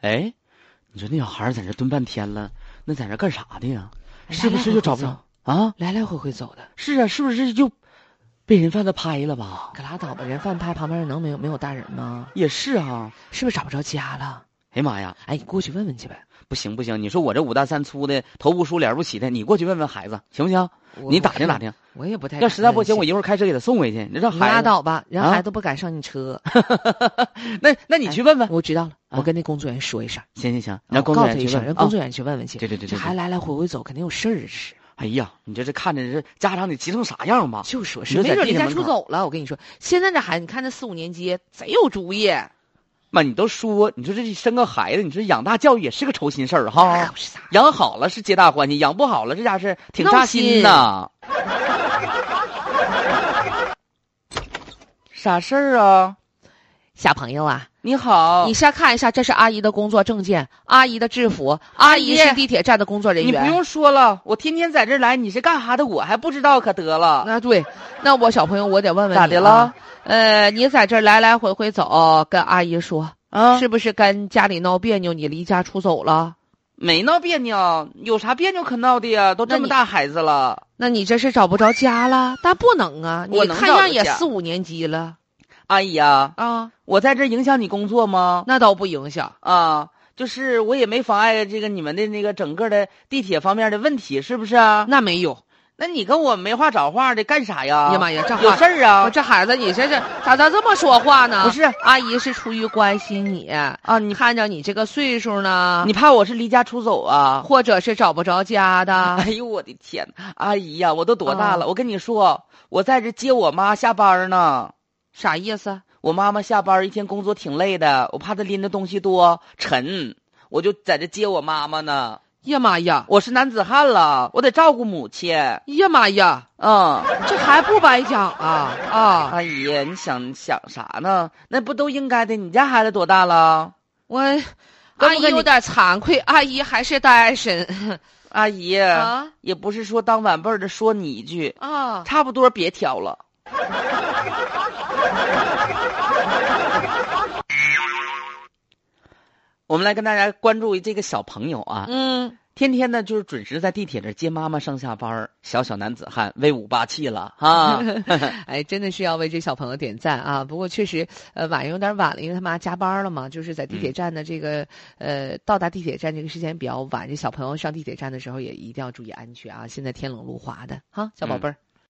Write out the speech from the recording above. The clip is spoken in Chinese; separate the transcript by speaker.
Speaker 1: 哎，你说那小孩在这蹲半天了，那在这干啥的呀？是
Speaker 2: 哎
Speaker 1: 不是就找不着啊？
Speaker 2: 来来回回走的，
Speaker 1: 是啊，是不是就被人贩子拍了吧？
Speaker 2: 可拉倒吧，人贩拍旁边能没有没有大人吗？
Speaker 1: 也是啊，
Speaker 2: 是不是找不着家了？
Speaker 1: 哎呀妈呀！
Speaker 2: 哎，你过去问问去呗。
Speaker 1: 不行不行，你说我这五大三粗的，头不梳脸不洗的，你过去问问孩子行不行？
Speaker 2: 我
Speaker 1: 你打听打，听，
Speaker 2: 我也不太
Speaker 1: 要实在不行，我
Speaker 2: 敢
Speaker 1: 一会儿开车给他送回去。你让
Speaker 2: 问
Speaker 1: 孩
Speaker 2: 你
Speaker 1: 子
Speaker 2: 拉倒吧，人
Speaker 1: 啊
Speaker 2: 孩子不敢上 你车。
Speaker 1: 那那
Speaker 2: 哎
Speaker 1: 你去问问。
Speaker 2: 我知道了，
Speaker 1: 啊
Speaker 2: 我跟那工作人员说一声，
Speaker 1: 行行行，
Speaker 2: 我
Speaker 1: 让工
Speaker 2: 哦告
Speaker 1: 作
Speaker 2: 诉
Speaker 1: 人
Speaker 2: 一
Speaker 1: 员去
Speaker 2: 声，
Speaker 1: 问
Speaker 2: 让
Speaker 1: 啊
Speaker 2: 工。作人员去问问去。
Speaker 1: 对对对
Speaker 2: 这
Speaker 1: 对
Speaker 2: 孩子
Speaker 1: 对。
Speaker 2: 来来回回走，肯定有事儿是。
Speaker 1: 哎呀，你这这看着这家长得急成啥样吧？
Speaker 2: 就说
Speaker 1: 你
Speaker 2: 是，
Speaker 1: 就
Speaker 2: 没
Speaker 1: 在
Speaker 2: 准
Speaker 1: 地
Speaker 2: 离
Speaker 1: 铁
Speaker 2: 家
Speaker 1: 门
Speaker 2: 出
Speaker 1: 口
Speaker 2: 走了。我跟你说，现在这孩子，你看这四五年级贼有主意，
Speaker 1: 妈，你都说，你说这生个孩子，你说养大教育也是个愁心事儿
Speaker 2: 那
Speaker 1: 哈
Speaker 2: 可。不是啥。
Speaker 1: 养好了是皆大欢喜，养不好了这家是挺
Speaker 2: 闹
Speaker 1: 扎心
Speaker 2: 心
Speaker 1: 呐。啥事儿啊？
Speaker 2: 小朋友啊，
Speaker 1: 你好，
Speaker 2: 你先看一下，这是阿姨的工作证件，阿姨的制服，阿姨
Speaker 1: 阿
Speaker 2: 是
Speaker 1: 姨
Speaker 2: 地铁站的工作人
Speaker 1: 你
Speaker 2: 员。
Speaker 1: 不用说了，我天天在这儿来，你是干啥的？我还不知道，可得了。
Speaker 2: 那啊对，那我小朋友，我得问问你、
Speaker 1: 咋
Speaker 2: 啊
Speaker 1: 的了？
Speaker 2: 呃，你在这儿来来回回走，跟阿姨说，
Speaker 1: 啊，
Speaker 2: 嗯是不是跟家里闹别扭？你离家出走了？
Speaker 1: 没闹别扭，有啥别扭可闹的呀？都
Speaker 2: 那
Speaker 1: 这么
Speaker 2: 你
Speaker 1: 大孩子了，
Speaker 2: 那你这是找不着家了？但不能啊，
Speaker 1: 我
Speaker 2: 你
Speaker 1: 能
Speaker 2: 看
Speaker 1: 找
Speaker 2: 样
Speaker 1: 着
Speaker 2: 也
Speaker 1: 家
Speaker 2: 四五年级了
Speaker 1: 阿姨哎呀、
Speaker 2: 啊，
Speaker 1: 我在这儿影响你工作吗？
Speaker 2: 那倒不影响。
Speaker 1: 啊，就是我也没妨碍这个你们的那个整个的地铁方面的问题，是不是啊？
Speaker 2: 那没有，
Speaker 1: 那你跟我没话找话的干啥呀？
Speaker 2: 哎呀妈呀，这
Speaker 1: 啊有
Speaker 2: 孩
Speaker 1: 事儿
Speaker 2: 我
Speaker 1: 啊？
Speaker 2: 这孩子，你这是咋咋这么说话呢？
Speaker 1: 不是
Speaker 2: 阿姨是出于关心你，
Speaker 1: 啊，你
Speaker 2: 看着你这个岁数呢，
Speaker 1: 你怕我是离家出走啊？
Speaker 2: 或者是找不着家 的，
Speaker 1: 哎呦我的天呐，阿姨呀、我都多大
Speaker 2: 啊
Speaker 1: 了？我跟你说，我在这接我妈下班呢。
Speaker 2: 啥意思？哎
Speaker 1: 我妈妈下班一天工作挺累的，我怕她拎的东西多沉，我就在这接我妈妈呢。
Speaker 2: 呀妈呀！哎
Speaker 1: 我是男子汉了，我得照顾母亲。
Speaker 2: 呀妈呀！
Speaker 1: 嗯，
Speaker 2: 这还不白讲啊啊！
Speaker 1: 阿姨，你想想啥呢？那不都应该的？你家孩子多大了？
Speaker 2: 我
Speaker 1: 跟
Speaker 2: 阿
Speaker 1: 不
Speaker 2: 姨
Speaker 1: 跟你
Speaker 2: 有点惭愧，阿姨还是单身
Speaker 1: 阿姨，
Speaker 2: 啊
Speaker 1: 哎也不是说当晚辈儿的说你一句，
Speaker 2: 啊！
Speaker 1: 差不多别挑了。我们来跟大家关注这个小朋友啊，
Speaker 2: 嗯，
Speaker 1: 天天呢就是准时在地铁这儿接妈妈上下班儿小小男子汉威武霸气了啊！
Speaker 2: 哎，真的是要为这小朋友点赞啊！不过确实，呃，晚上有点晚了，因为他妈加班了嘛，就是在地铁站的这个、呃到达地铁站这个时间比较晚，这小朋友上地铁站的时候也一定要注意安全啊！现在天冷路滑的哈，小宝贝儿、